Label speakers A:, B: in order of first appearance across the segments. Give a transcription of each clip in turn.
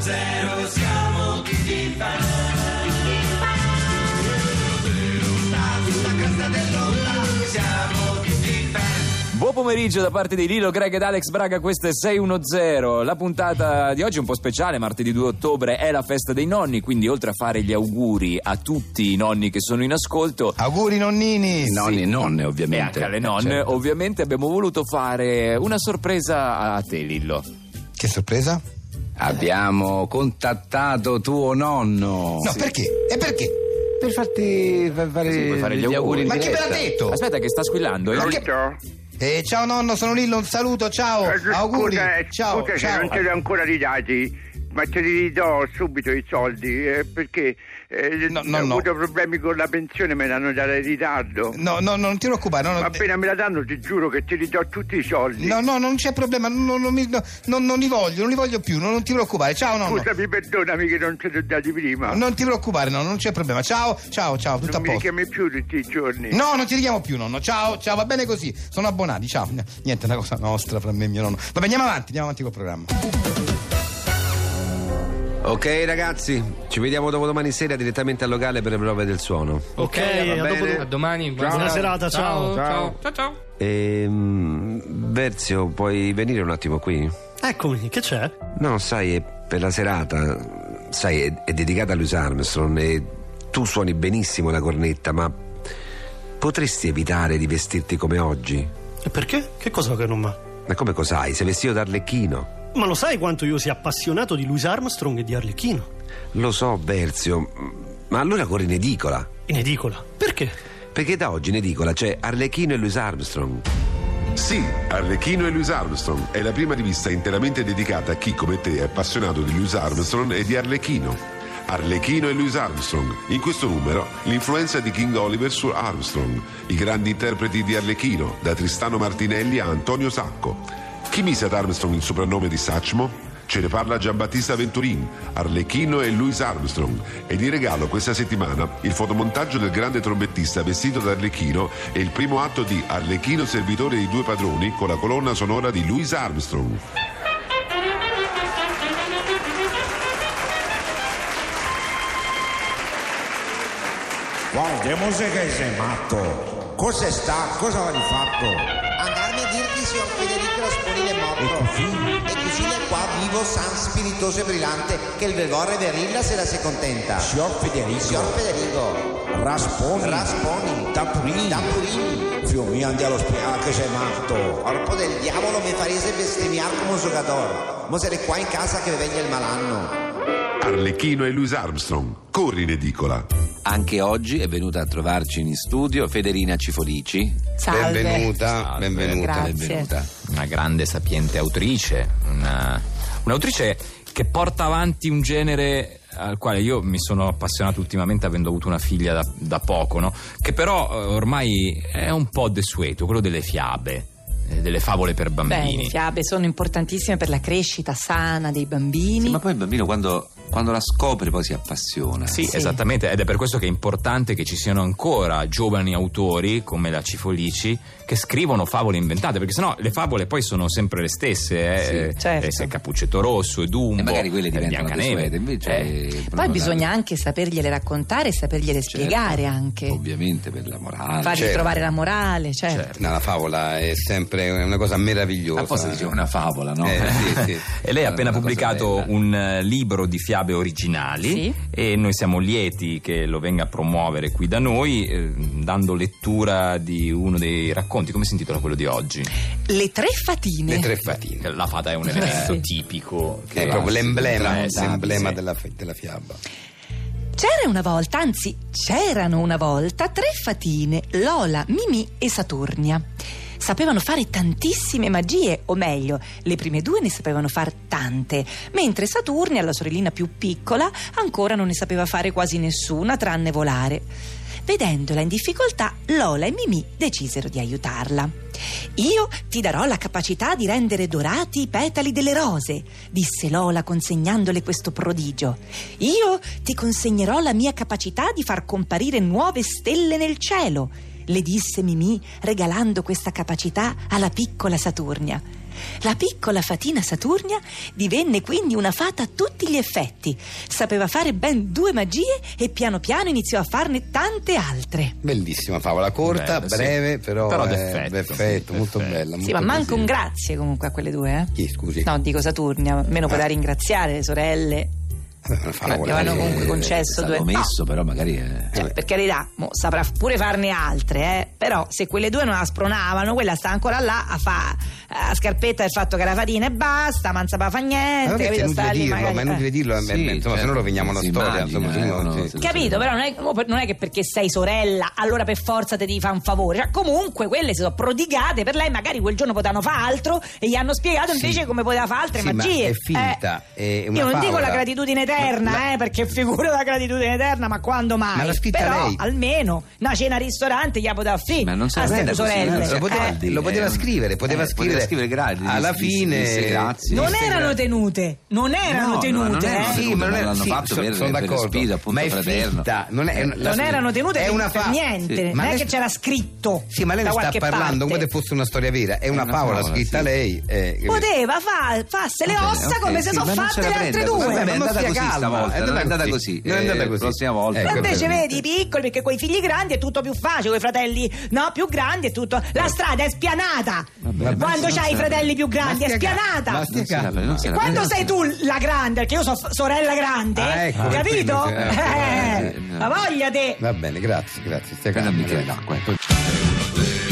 A: zero siamo tutti fan. Sulla cresta dell'onda siamo tutti fan.
B: Buon pomeriggio da parte di Lilo, Greg ed Alex Braga, questo è 610. La puntata di oggi è un po' speciale, martedì 2 ottobre è la festa dei nonni, quindi oltre a fare gli auguri a tutti i nonni che sono in ascolto
C: Auguri nonnini!
D: Nonni e nonne,
B: e
D: ovviamente.
B: anche alle nonne,
D: Certo.
B: ovviamente abbiamo voluto fare una sorpresa a te Lillo.
C: Che sorpresa?
D: Abbiamo contattato tuo nonno.
C: No, perché? E perché?
D: Per farti per fare,
B: Sì, puoi fare gli auguri.
D: in
C: Ma chi me l'ha
D: diretta.
C: detto?
B: Aspetta che sta squillando. eh.
C: Ma che-
E: Pronto?
C: Eh, ciao nonno, sono Lillo, un saluto, ciao!
E: Eh, scusa,
C: Oh, Auguri!
E: eh,
C: ciao,
E: scusa se
C: ciao!
E: non te li ho ancora ridati, ma te li ridò subito i soldi eh, perché eh,
C: No,
E: ho
C: no, no.
E: avuto problemi con la pensione, me l'hanno data in ritardo.
C: No, no, no, non ti preoccupare, no,
E: Ma
C: no,
E: appena me la danno ti giuro che ti ridò tutti i soldi.
C: no, no, non c'è problema, non, non mi- no, non- non li voglio, non li voglio più, non, non ti preoccupare, ciao nonno!
E: Scusami, perdonami che non te li ho dati prima.
C: Non ti preoccupare, no, non c'è problema, ciao, ciao, ciao, tutto
E: non
C: a
E: mi
C: posto!
E: richiami più tutti i giorni.
C: No, non ti richiamo più, nonno. Ciao, ciao, va bene così. Sono abbonati, ciao. Niente, è una cosa nostra fra me e mio nonno. Vabbè, andiamo avanti, andiamo avanti col programma.
F: Ok ragazzi, ci vediamo dopo domani sera direttamente al locale per le prove del suono.
G: Ok,
F: va
G: a
F: bene.
G: dopo- a domani. Buona serata, ciao. Ciao, ciao. ciao.
F: Ehm, Verzio, puoi venire un attimo qui?
G: Eccomi, che c'è?
F: No, sai, è per la serata, sai, è, è dedicata a Louis Armstrong e tu suoni benissimo la cornetta, ma potresti evitare di vestirti come oggi?
G: E perché? Che cosa che non va?
F: Ma come cos'hai? Sei vestito da Arlecchino?
G: Ma lo sai quanto io sia appassionato di Louis Armstrong e di Arlecchino?
F: Lo so, Verzio, ma allora corri in edicola.
G: In edicola. Perché?
F: Perché da oggi in edicola c'è Arlecchino e Louis Armstrong.
H: Sì, Arlecchino e Louis Armstrong è la prima rivista interamente dedicata a chi come te è appassionato di Louis Armstrong e di Arlecchino. Arlecchino e Louis Armstrong. In questo numero l'influenza di King Oliver su Armstrong, i grandi interpreti di Arlecchino, da Tristano Martinelli a Antonio Sacco. Chi mise ad Armstrong il soprannome di Sacmo? Ce ne parla Giambattista Venturin, Arlecchino e Louis Armstrong e di regalo questa settimana il fotomontaggio del grande trombettista vestito da Arlecchino e il primo atto di Arlecchino servitore di due padroni con la colonna sonora di Louis Armstrong.
I: Wow, che musica che sei matto? Cos'è sta? Cosa hai fatto?
J: Andarmi a dir che signor Federico Rasponile è morto.
I: E così?
J: E così nel qua vivo san spiritoso e brillante che il velvorre verilla se la si contenta.
I: Signor Federico.
J: Signor Federico.
I: Rasponi.
J: Rasponi.
I: Tampurini.
J: Tampurini.
I: Figlio mio, andiamo all'ospedale che sei matto.
J: Corpo del diavolo me farese bestemmiar come un giocatore. Mo sarei qua in casa che mi venga il malanno.
H: Arlecchino e Louis Armstrong, corri in edicola.
D: Anche oggi è venuta a trovarci in studio Federina Cifolici.
K: Salve.
D: Benvenuta, benvenuta,
K: Grazie.
D: benvenuta.
B: Una grande sapiente autrice, una- un'autrice che porta avanti un genere al quale io mi sono appassionato ultimamente avendo avuto una figlia da, da poco, no? che però eh, ormai è un po' desueto, quello delle fiabe, eh, delle favole per
K: Beh,
B: bambini.
K: le fiabe sono importantissime per la crescita sana dei bambini.
D: Sì, ma poi il bambino quando, quando la scopre poi si appassiona.
B: Sì,
K: Sì.
B: esattamente, ed è per questo che è importante che ci siano ancora giovani autori come la Cifolici che scrivono favole inventate, perché sennò le favole poi sono sempre le stesse, eh,
D: Sì,
B: eh,
K: certo.
B: eh, se Cappuccetto Rosso e Dumbo,
D: E magari
C: Boh,
D: quelle
B: eh,
D: diventano
B: Biancaneve,
D: desuete, invece
B: eh.
D: eh,
K: Poi
D: no,
K: bisogna anche sapergliele raccontare e sapergliele
D: certo,
K: spiegare anche.
L: Certo.
D: Ovviamente per la morale.
K: Fargli trovare la morale, certo.
B: Certo.
I: la favola è sempre una cosa meravigliosa.
D: Apposta diceva una favola, no?
I: Eh, sì, sì.
B: E lei ha appena
D: Una cosa
B: pubblicato
D: bella.
B: un eh, libro di fiabe originali
K: Sì.
B: e noi siamo lieti che lo venga a promuovere qui da noi, eh, dando lettura di uno dei racconti. Come si intitola quello di oggi?
K: Le tre fatine.
B: Che La fata è un elemento
K: Eh, Sì.
B: tipico. che-
I: È proprio l'emblema,
B: Eh, sì,
I: l'emblema
B: sì.
I: della, fi- della fiaba.
K: C'era una volta, anzi c'erano una volta, tre fatine, Lola, Mimì e Saturnia. Sapevano fare tantissime magie, o meglio, le prime due ne sapevano far tante, mentre Saturnia, la sorellina più piccola, ancora non ne sapeva fare quasi nessuna tranne volare. Vedendola in difficoltà, Lola e Mimì decisero di aiutarla. Io ti darò la capacità di rendere dorati i petali delle rose, disse Lola consegnandole questo prodigio. Io ti consegnerò la mia capacità di far comparire nuove stelle nel cielo, le disse Mimì regalando questa capacità alla piccola Saturnia. La piccola fatina Saturnia divenne quindi una fata a tutti gli effetti. Sapeva fare ben due magie e piano piano iniziò a farne tante altre.
C: Bellissima favola, corta,
B: Bella, sì.
C: breve, però,
B: Però
C: eh,
B: d'effetto.
C: d'effetto,
B: Sì,
C: molto
B: d'effetto.
C: bella.
K: Sì,
C: molto
K: ma manco
C: bella.
K: un grazie comunque a quelle due, eh?
C: Chi, scusi?
K: No, dico Saturnia, almeno
C: Ah.
K: puoi da ringraziare le sorelle.
C: Vabbè, una
K: che
C: favola.
K: avevano
C: eh,
K: comunque concesso due.
D: L'ho
K: No,
D: messo, però magari. eh,
K: Cioè, per carità, mo, saprà pure farne altre, eh? però se quelle due non la spronavano, quella sta ancora là a fa a scarpetta del fatto che la fatina e basta, ma non sapeva fa
C: Ma
K: niente,
C: vabbè,
K: capito?
C: è inutile
K: Sta lì
C: dirlo,
K: magari,
C: ma è
K: eh.
C: inutile dirlo, eh,
D: Sì,
C: beh, insomma, se no
D: certo,
C: roviniamo la
D: si
C: storia.
D: immagina,
C: Insomma, se no,
D: eh, uno
C: sì.
D: se lo
K: Capito, però non è, mo per- non è che perché sei sorella allora per forza te devi fare un favore. Cioè, comunque quelle si sono prodigate per lei, magari quel giorno potevano fare altro e gli hanno spiegato invece come poteva fare altre
C: Sì, ma
K: magie.
C: è finta,
K: Eh,
C: è una
K: Io non dico
C: favola.
K: la gratitudine eterna,
C: Ma-
K: eh, perché figura la gratitudine eterna, ma quando mai?
C: Ma l'ha scritta
K: però
C: lei.
K: almeno una cena al ristorante gli ha potuto affì.
D: Ma non so,
K: a
D: non
K: ste
D: era
K: due
D: così,
K: sorelle.
D: non so,
C: Lo poteva,
D: Eh,
C: lo poteva
D: eh,
C: scrivere, poteva
D: eh,
C: scrivere,
D: poteva scrivere, grazie, disse-
C: alla
D: disse-
C: fine
D: disse grazie.
K: non
C: disse
K: erano
C: gra-
K: tenute, non erano
D: no,
K: tenute,
D: non erano
K: eh.
D: tenute.
C: Sì, ma non
D: Ma
C: è,
D: l'hanno
C: sì,
D: fatto
C: so-
D: per-
C: sono
D: per
C: d'accordo,
D: spirito, appunto,
C: ma è
D: fraterno.
C: finta, non, è, la-
K: Non erano tenute
C: è
K: per-
C: una
K: per
C: fa-
K: niente,
C: Sì.
K: non
C: Ma
K: è
C: lei-
K: che c'era scritto.
C: Sì, ma lei
K: da
C: ne sta
K: qualche
C: parlando come
K: parte.
C: se fosse una storia vera, è una,
D: una
C: favola
D: favola,
C: scritta
D: sì.
C: lei. eh, che-
K: Poteva fa- farse le
D: Ok,
K: ossa
D: ok,
K: come se
D: sì,
K: sono
D: ma non
K: fatte
D: ce
K: le
D: la
K: altre
D: prenda
K: due.
D: così,
C: Vabbè,
D: Vabbè, è
C: ma
D: andata
C: stia
D: così
C: calma,
D: stavolta,
C: è
D: non è andata così.
C: Non è andata
D: Eh,
C: così.
D: prossima volta.
C: Ecco,
K: Ma invece
C: perfetto.
K: vedi i piccoli perché con i figli grandi è tutto più facile, con i fratelli no più grandi è tutto. La strada è spianata.
D: Vabbè,
K: Quando
D: ma se
K: c'hai i
D: non
K: fratelli più grandi
C: Ma
K: è
C: stia calma,
K: spianata.
C: ma stia
D: Non si era- non si era
K: Quando
D: presa.
K: sei tu la grande, perché io sono f- sorella grande,
C: Ah, ecco,
K: capito?
C: per quello,
D: eh,
K: Eh,
D: eh,
K: la voglia te.
C: Va bene, grazie, grazie. Stia
D: Prendi un
C: calma.
D: bicchiere d'acqua. ecco.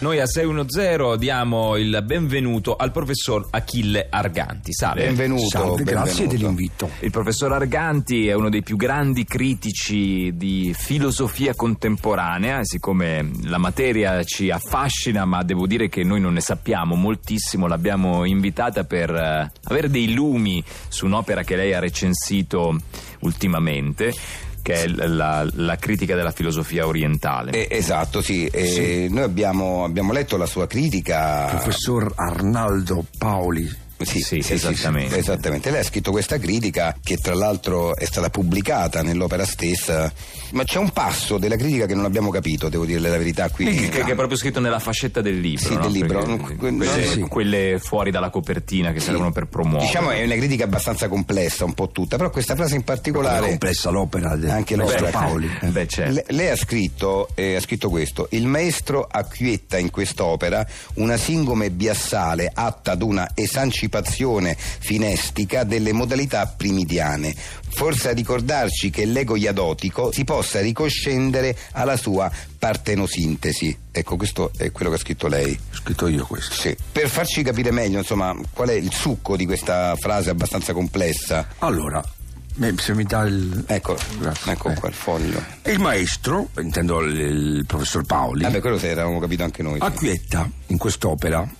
B: Noi a 610 diamo il benvenuto al professor Achille Arganti. Salve.
C: Benvenuto. benvenuto.
B: Il professor Arganti è uno dei più grandi critici di filosofia contemporanea, e siccome la materia ci affascina, ma devo dire che noi non ne sappiamo moltissimo, l'abbiamo invitata per eh, avere dei lumi su un'opera che lei ha recensito ultimamente, che è l- la, la critica della filosofia orientale.
C: Eh, esatto, sì. eh, Noi abbiamo, abbiamo letto la sua critica.
I: Professor Arnaldo Paoli.
C: Sì,
B: Sì, esattamente.
C: esattamente. Lei ha scritto questa critica che tra l'altro è stata pubblicata nell'opera stessa, ma c'è un passo della critica che non abbiamo capito, devo dirle la verità qui.
B: Che, che è proprio scritto nella fascetta del libro,
C: Esatto. Sì,
B: no?
C: del libro.
B: Perché
C: Que-
B: quelle,
C: sì.
B: quelle fuori dalla copertina che servono per promuovere.
C: Diciamo è una critica abbastanza complessa, un po' tutta, però questa frase in
I: È
C: particolare.
I: complessa l'opera del
C: Anche
I: nostro
C: l'opera.
I: Paoli.
B: Eh, Beh, certo.
C: Le- lei ha scritto, eh, ha scritto questo: Il maestro acquietta in quest'opera una singome biassale atta ad una esancipazione finestica delle modalità primidiane. Forse a ricordarci che l'ego iadotico si possa ricoscendere alla sua partenosintesi. Ecco, questo è quello che ha scritto lei.
I: Ho scritto io questo.
C: Sì. Per farci capire meglio, insomma, qual è il succo di questa frase abbastanza complessa.
I: Allora, me- se mi dà il.
C: Ecco,
I: Grazie.
C: ecco
I: Eh.
C: qua il foglio.
I: Il maestro, intendo il, il professor Paoli,
C: Vabbè, quello se l'avevamo capito anche noi. sì.
I: acquietta in quest'opera.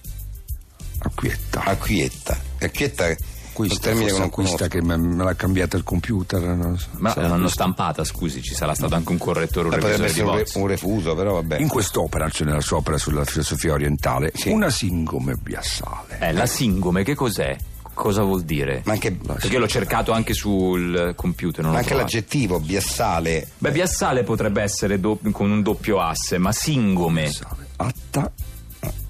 I: Acquietta.
C: Acquietta. Acquietta è un
I: Questa,
C: termine che
I: forse
C: non
I: questa
C: conosco.
I: che me, me l'ha cambiata il computer. non so.
B: Ma
I: Sarà
B: l'hanno
I: questa.
B: stampata, scusi, ci sarà stato anche un correttore, un
C: Eh, Potrebbe
B: revisore di
C: essere un, re-
B: bozza.
C: un refuso, però vabbè.
I: In quest'opera, cioè nella sua opera sulla filosofia orientale,
C: Sì.
I: una singome biassale.
B: Eh, la singome, che cos'è? Cosa vuol dire?
C: Ma anche,
B: Perché io l'ho cercato anche sul computer, non
C: ma
B: l'ho
C: anche
B: trovato.
C: l'aggettivo biassale.
B: Beh, Biassale potrebbe essere do- con un doppio asse, ma singome.
I: Biassale. Atta,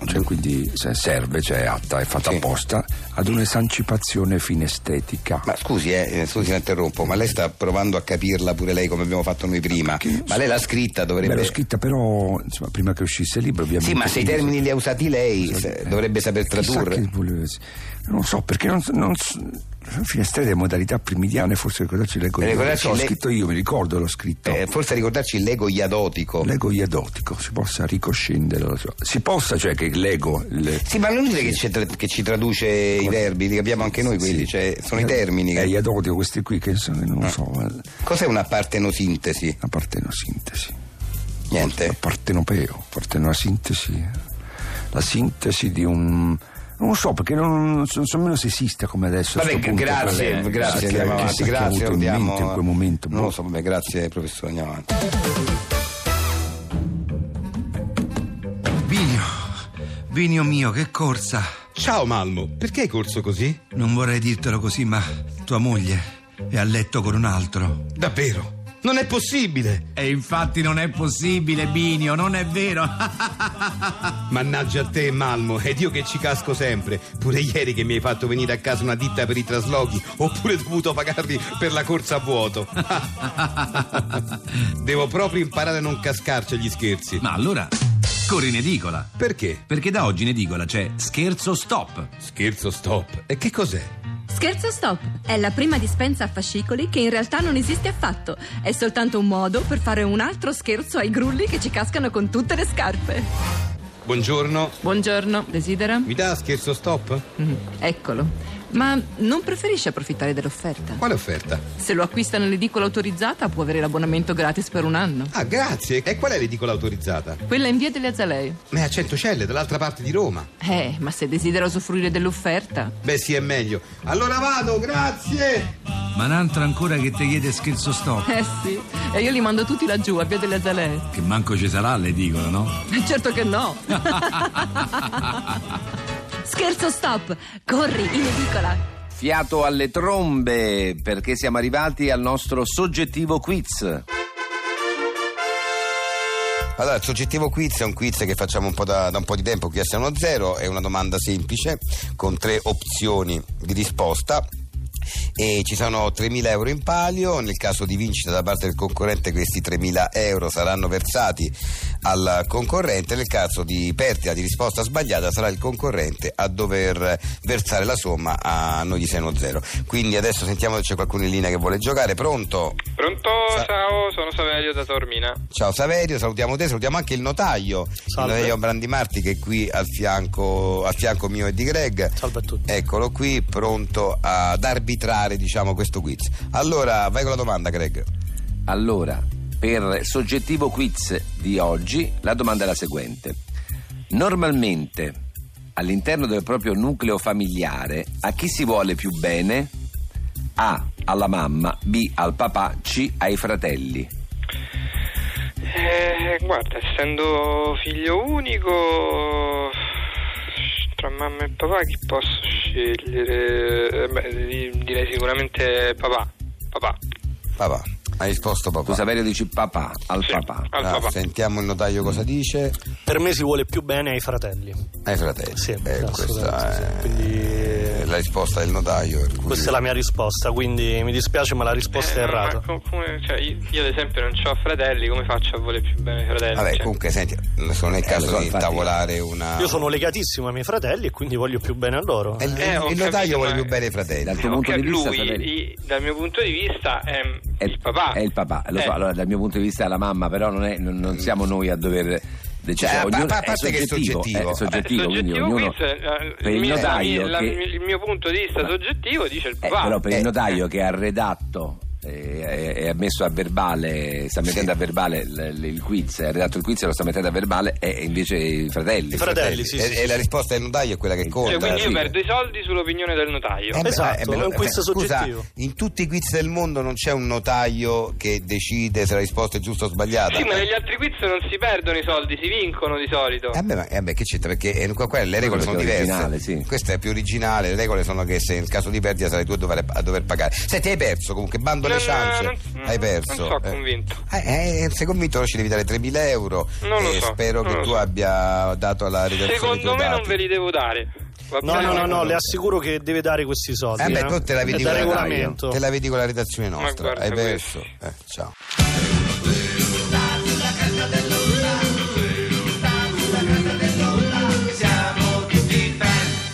I: cioè quindi se serve, cioè è atta, è fatta
C: Ah, Sì.
I: apposta ad un'esancipazione finestetica.
C: Ma scusi, eh, eh, scusi, la interrompo, ma lei sta provando a capirla pure lei come abbiamo fatto noi prima. Ma lei l'ha scritta, dovrebbe.
I: Beh, l'ho scritta però insomma, prima che uscisse il libro ovviamente
C: Eh, Sì, ma se i
I: quindi-
C: termini li ha usati lei, se- dovrebbe saper
I: eh. Chissà
C: tradurre.
I: che volesse. Non so perché non, non so. Finestre delle modalità primidiane, forse ricordarci leggo
C: Eh,
I: io.
C: ricordarci
I: l'ho
C: le-
I: scritto io, mi ricordo, l'ho scritto.
C: Eh, forse ricordarci l'ego iadotico.
I: L'ego iadotico si possa ricoscendere dalla sua- Si possa, cioè che l'ego. il-
C: Sì, ma non è inutile che, ci tra- che ci traduce i verbi, li capiamo anche noi quelli,
I: Sì.
C: cioè, sono i termini.
I: Eh,
C: che-
I: iadotico, questi qui che sono, non so, eh,
C: Cos'è una partenosintesi?
I: la partenosintesi.
C: Niente.
I: La partenopeo, partenosintesi. La sintesi di un. Non so perché non, non so non so nemmeno se esista come adesso. a
C: Vabbè,
I: sto punto,
C: grazie,
D: Eh,
I: quella-
C: grazie,
I: chissà
C: andiamo
I: chi-
C: avanti,
I: chissà chi ha
C: grazie,
I: avuto in
C: andiamo.
I: mente in quel momento.
C: Non
I: boh.
C: lo so, vabbè, grazie professore, andiamo avanti.
M: Binio, Binio mio, che corsa!
N: Ciao Malmo, perché hai corso così?
M: Non vorrei dirtelo così, ma tua moglie è a letto con un altro.
N: Davvero? Non è possibile!
M: E infatti non è possibile, Binio, non è vero.
N: Mannaggia a te, Malmo, ed io che ci casco sempre. Pure ieri che mi hai fatto venire a casa una ditta per i traslochi, oppure dovuto pagarli per la corsa a vuoto. Devo proprio imparare a non cascarci agli scherzi.
M: Ma allora, corri in edicola.
N: Perché?
M: Perché da oggi in edicola c'è Scherzo Stop.
N: Scherzo stop. E che cos'è?
O: Scherzo Stop è la prima dispensa a fascicoli che in realtà non esiste affatto. È soltanto un modo per fare un altro scherzo ai grulli che ci cascano con tutte le scarpe.
N: Buongiorno.
O: Buongiorno, desidera?
N: Mi dà scherzo stop?
O: Mm, Eccolo. Ma non preferisce approfittare dell'offerta?
N: Quale offerta?
O: Se lo acquista nell'edicola autorizzata può avere l'abbonamento gratis per un anno.
N: Ah, grazie. E qual è l'edicola autorizzata?
O: Quella in via delle Azalee.
N: Ma è a Centocelle, dall'altra parte di Roma.
O: Eh, ma se desidera usufruire dell'offerta.
N: Beh, sì, è meglio. Allora vado, grazie!
M: Ma n'altro ancora che ti chiede Scherzo Stop.
O: Eh sì, e io li mando tutti laggiù, a via delle
D: Eh.
O: Azalee.
M: Che manco ci sarà l'edicola, no?
O: Certo che no. Scherzo Stop, corri in edicola.
D: Fiato alle trombe, perché siamo arrivati al nostro soggettivo quiz.
C: Allora, il soggettivo quiz è un quiz che facciamo un po' da, da un po' di tempo qui a 1 0 è una domanda semplice con tre opzioni di risposta. E ci sono 3.000 euro in palio, nel caso di vincita da parte del concorrente questi 3.000 euro saranno versati al concorrente, nel caso di perdita di risposta sbagliata sarà il concorrente a dover versare la somma a noi di 6 0 Quindi adesso sentiamo se c'è qualcuno in linea che vuole giocare, pronto?
L: Pronto,
C: Sa-
L: ciao, sono Saverio da Taormina.
C: Ciao Saverio, salutiamo te, salutiamo anche il notaio,
G: Salve.
C: il notaio Brandimarti che è qui al fianco, al fianco mio e di Greg.
G: Salve a tutti.
C: Eccolo qui, pronto ad arbitrare diciamo, questo quiz. Allora, vai con la domanda Greg.
D: Allora, per soggettivo quiz di oggi, la domanda è la seguente. Normalmente, all'interno del proprio nucleo familiare, a chi si vuole più bene? A. Alla mamma, B. Al papà, C. Ai fratelli.
L: Eh, guarda, essendo figlio unico, tra mamma e papà chi posso scegliere? Eh, Beh, di- direi sicuramente papà. Papà.
C: Papà, hai risposto papà.
D: Tu Saverio dici papà, al papà.
L: Al
C: Ah,
L: papà.
C: sentiamo il notaio
G: Mm.
C: cosa dice.
G: Eh. Per me si vuole più bene ai fratelli.
C: Ai fratelli.
G: Sì,
C: Eh, questa
G: assolutamente,
C: è
G: sì. Quindi-
C: la risposta del notaio. per cui-
G: Questa è la mia risposta, quindi mi dispiace ma la risposta
L: Eh,
G: è
L: no, ma
G: errata.
K: ecco.
L: co- come- cioè, io, io ad esempio non ho fratelli, come faccio a voler più bene i
G: eh,
L: fratelli?
C: Vabbè,
L: Cioè,
C: comunque senti, non è il
D: Eh,
C: caso
D: lo so,
C: di
D: infatti.
C: intavolare una...
G: certo. Io sono legatissimo ai miei fratelli e quindi voglio più bene a loro.
C: Eh, il-
L: Eh, ho
C: il
L: capito,
C: notaio vuole
L: ma-
C: più bene i fratelli.
D: Dal
L: eh,
D: tuo punto
L: ok,
D: di vista,
L: lui,
D: fratelli.
L: i- dal mio punto di vista, è, mm,
D: È
L: il papà.
D: È il papà, lo so,
L: Eh.
D: allora dal mio punto di vista è la mamma, però non, è- non- non siamo noi a dover decidere.
C: Cioè, a pa-
D: Ognuno-
C: pa- a parte che è soggettivo.
D: È soggettivo,
L: Eh,
D: quindi
L: soggettivo
D: ognuno...
L: quiz, eh,
D: per il
L: mio-
D: notaio
L: la-
D: che-
L: il mio punto di vista soggettivo dice il
D: Eh,
L: papà.
D: però per
C: Eh.
D: il notaio che ha redatto eh, e e ha messo a verbale, sta mettendo a verbale l- l- il quiz, ha redatto il quiz e lo sta mettendo a verbale e e invece i fratelli.
G: I fratelli, eh, sì,
C: E,
G: sì.
C: e la risposta del notaio è quella che conta.
L: Cioè, quindi io
D: sì.
L: perdo i soldi sull'opinione del notaio.
C: Eh beh,
G: Esatto,
C: eh beh,
G: è un quiz
C: eh, scusa,
G: soggettivo.
C: in tutti i quiz del mondo non c'è un notaio che decide se la risposta è giusta o sbagliata.
L: Sì, ma negli altri quiz non si perdono i soldi, si vincono di solito.
C: Eh beh, ma eh beh, che c'entra? Perché eh, qua, qua le regole
D: Quello
C: sono
D: che è
C: diverse.
D: originale, sì.
C: Questa è più originale. Le regole sono che se in caso di perdita sarai tu a dover, a dover pagare. Senti, hai perso comunque, bando le
L: Non-
C: ciance.
L: non-
C: hai perso.
L: non sono
C: Eh.
L: convinto.
C: Eh, eh, sei convinto ora ci devi dare 3.000 euro.
L: Non lo
C: e
L: so,
C: spero
L: non
C: che
L: lo
C: tu
L: so.
C: abbia dato alla redazione. i tuoi
L: Secondo me non
C: dati.
L: ve li devo dare. Va
G: No,
L: bene?
G: no, no, no, le assicuro che deve dare questi soldi.
C: Eh beh,
G: no?
C: tu te la vedi
G: È
C: con
G: da
C: la-
G: regolamento.
C: Te la vedi con la redazione
L: Ma
C: nostra.
L: guarda
C: Hai
L: questo.
C: perso. Eh, ciao.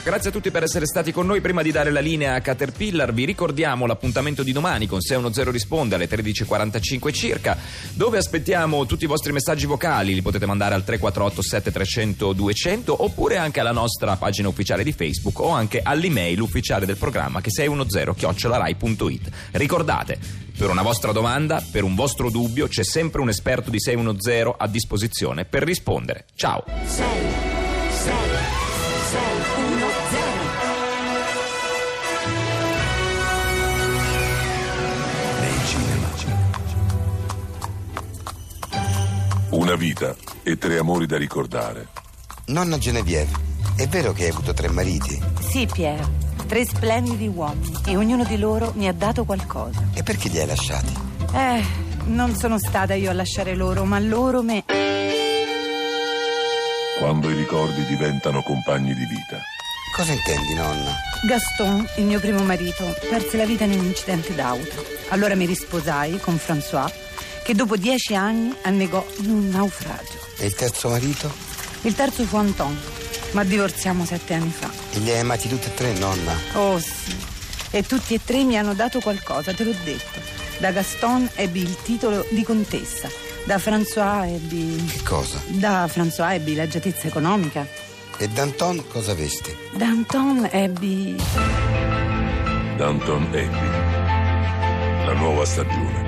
B: Grazie a tutti per essere stati con noi. Prima di dare la linea a Caterpillar, vi ricordiamo l'appuntamento di domani con 610 Risponde alle 13.45 circa, dove aspettiamo tutti i vostri messaggi vocali. Li potete mandare al 348 7300 200 oppure anche alla nostra pagina ufficiale di Facebook o anche all'email ufficiale del programma che è 610-rai.it. Ricordate, per una vostra domanda, per un vostro dubbio, c'è sempre un esperto di 610 a disposizione per rispondere. Ciao!
P: 6 6 6 1 0
H: Una vita e tre amori da ricordare.
C: Nonna Genevieve, è vero che hai avuto tre mariti?
Q: Sì, Piero. Tre splendidi uomini e ognuno di loro mi ha dato qualcosa.
C: E perché li hai lasciati?
Q: Eh, Non sono stata io a lasciare loro, ma loro me.
R: Quando i ricordi diventano compagni di vita.
C: Cosa intendi, nonna?
Q: Gaston, il mio primo marito, perse la vita in un incidente d'auto. Allora mi risposai con François, che dopo dieci anni annegò in un naufragio.
C: E il terzo marito?
Q: Il terzo fu Anton, ma divorziamo sette anni fa.
C: E li hai amati tutti e tre, nonna?
Q: Oh sì, e tutti e tre mi hanno dato qualcosa, te l'ho detto. Da Gaston ebbi il titolo di contessa, da François ebbi...
C: Che cosa?
Q: Da François ebbi l'agiatezza economica,
C: E Danton cosa avesti?
Q: da Anton ebbi...
R: Danton Abbey. La nuova stagione.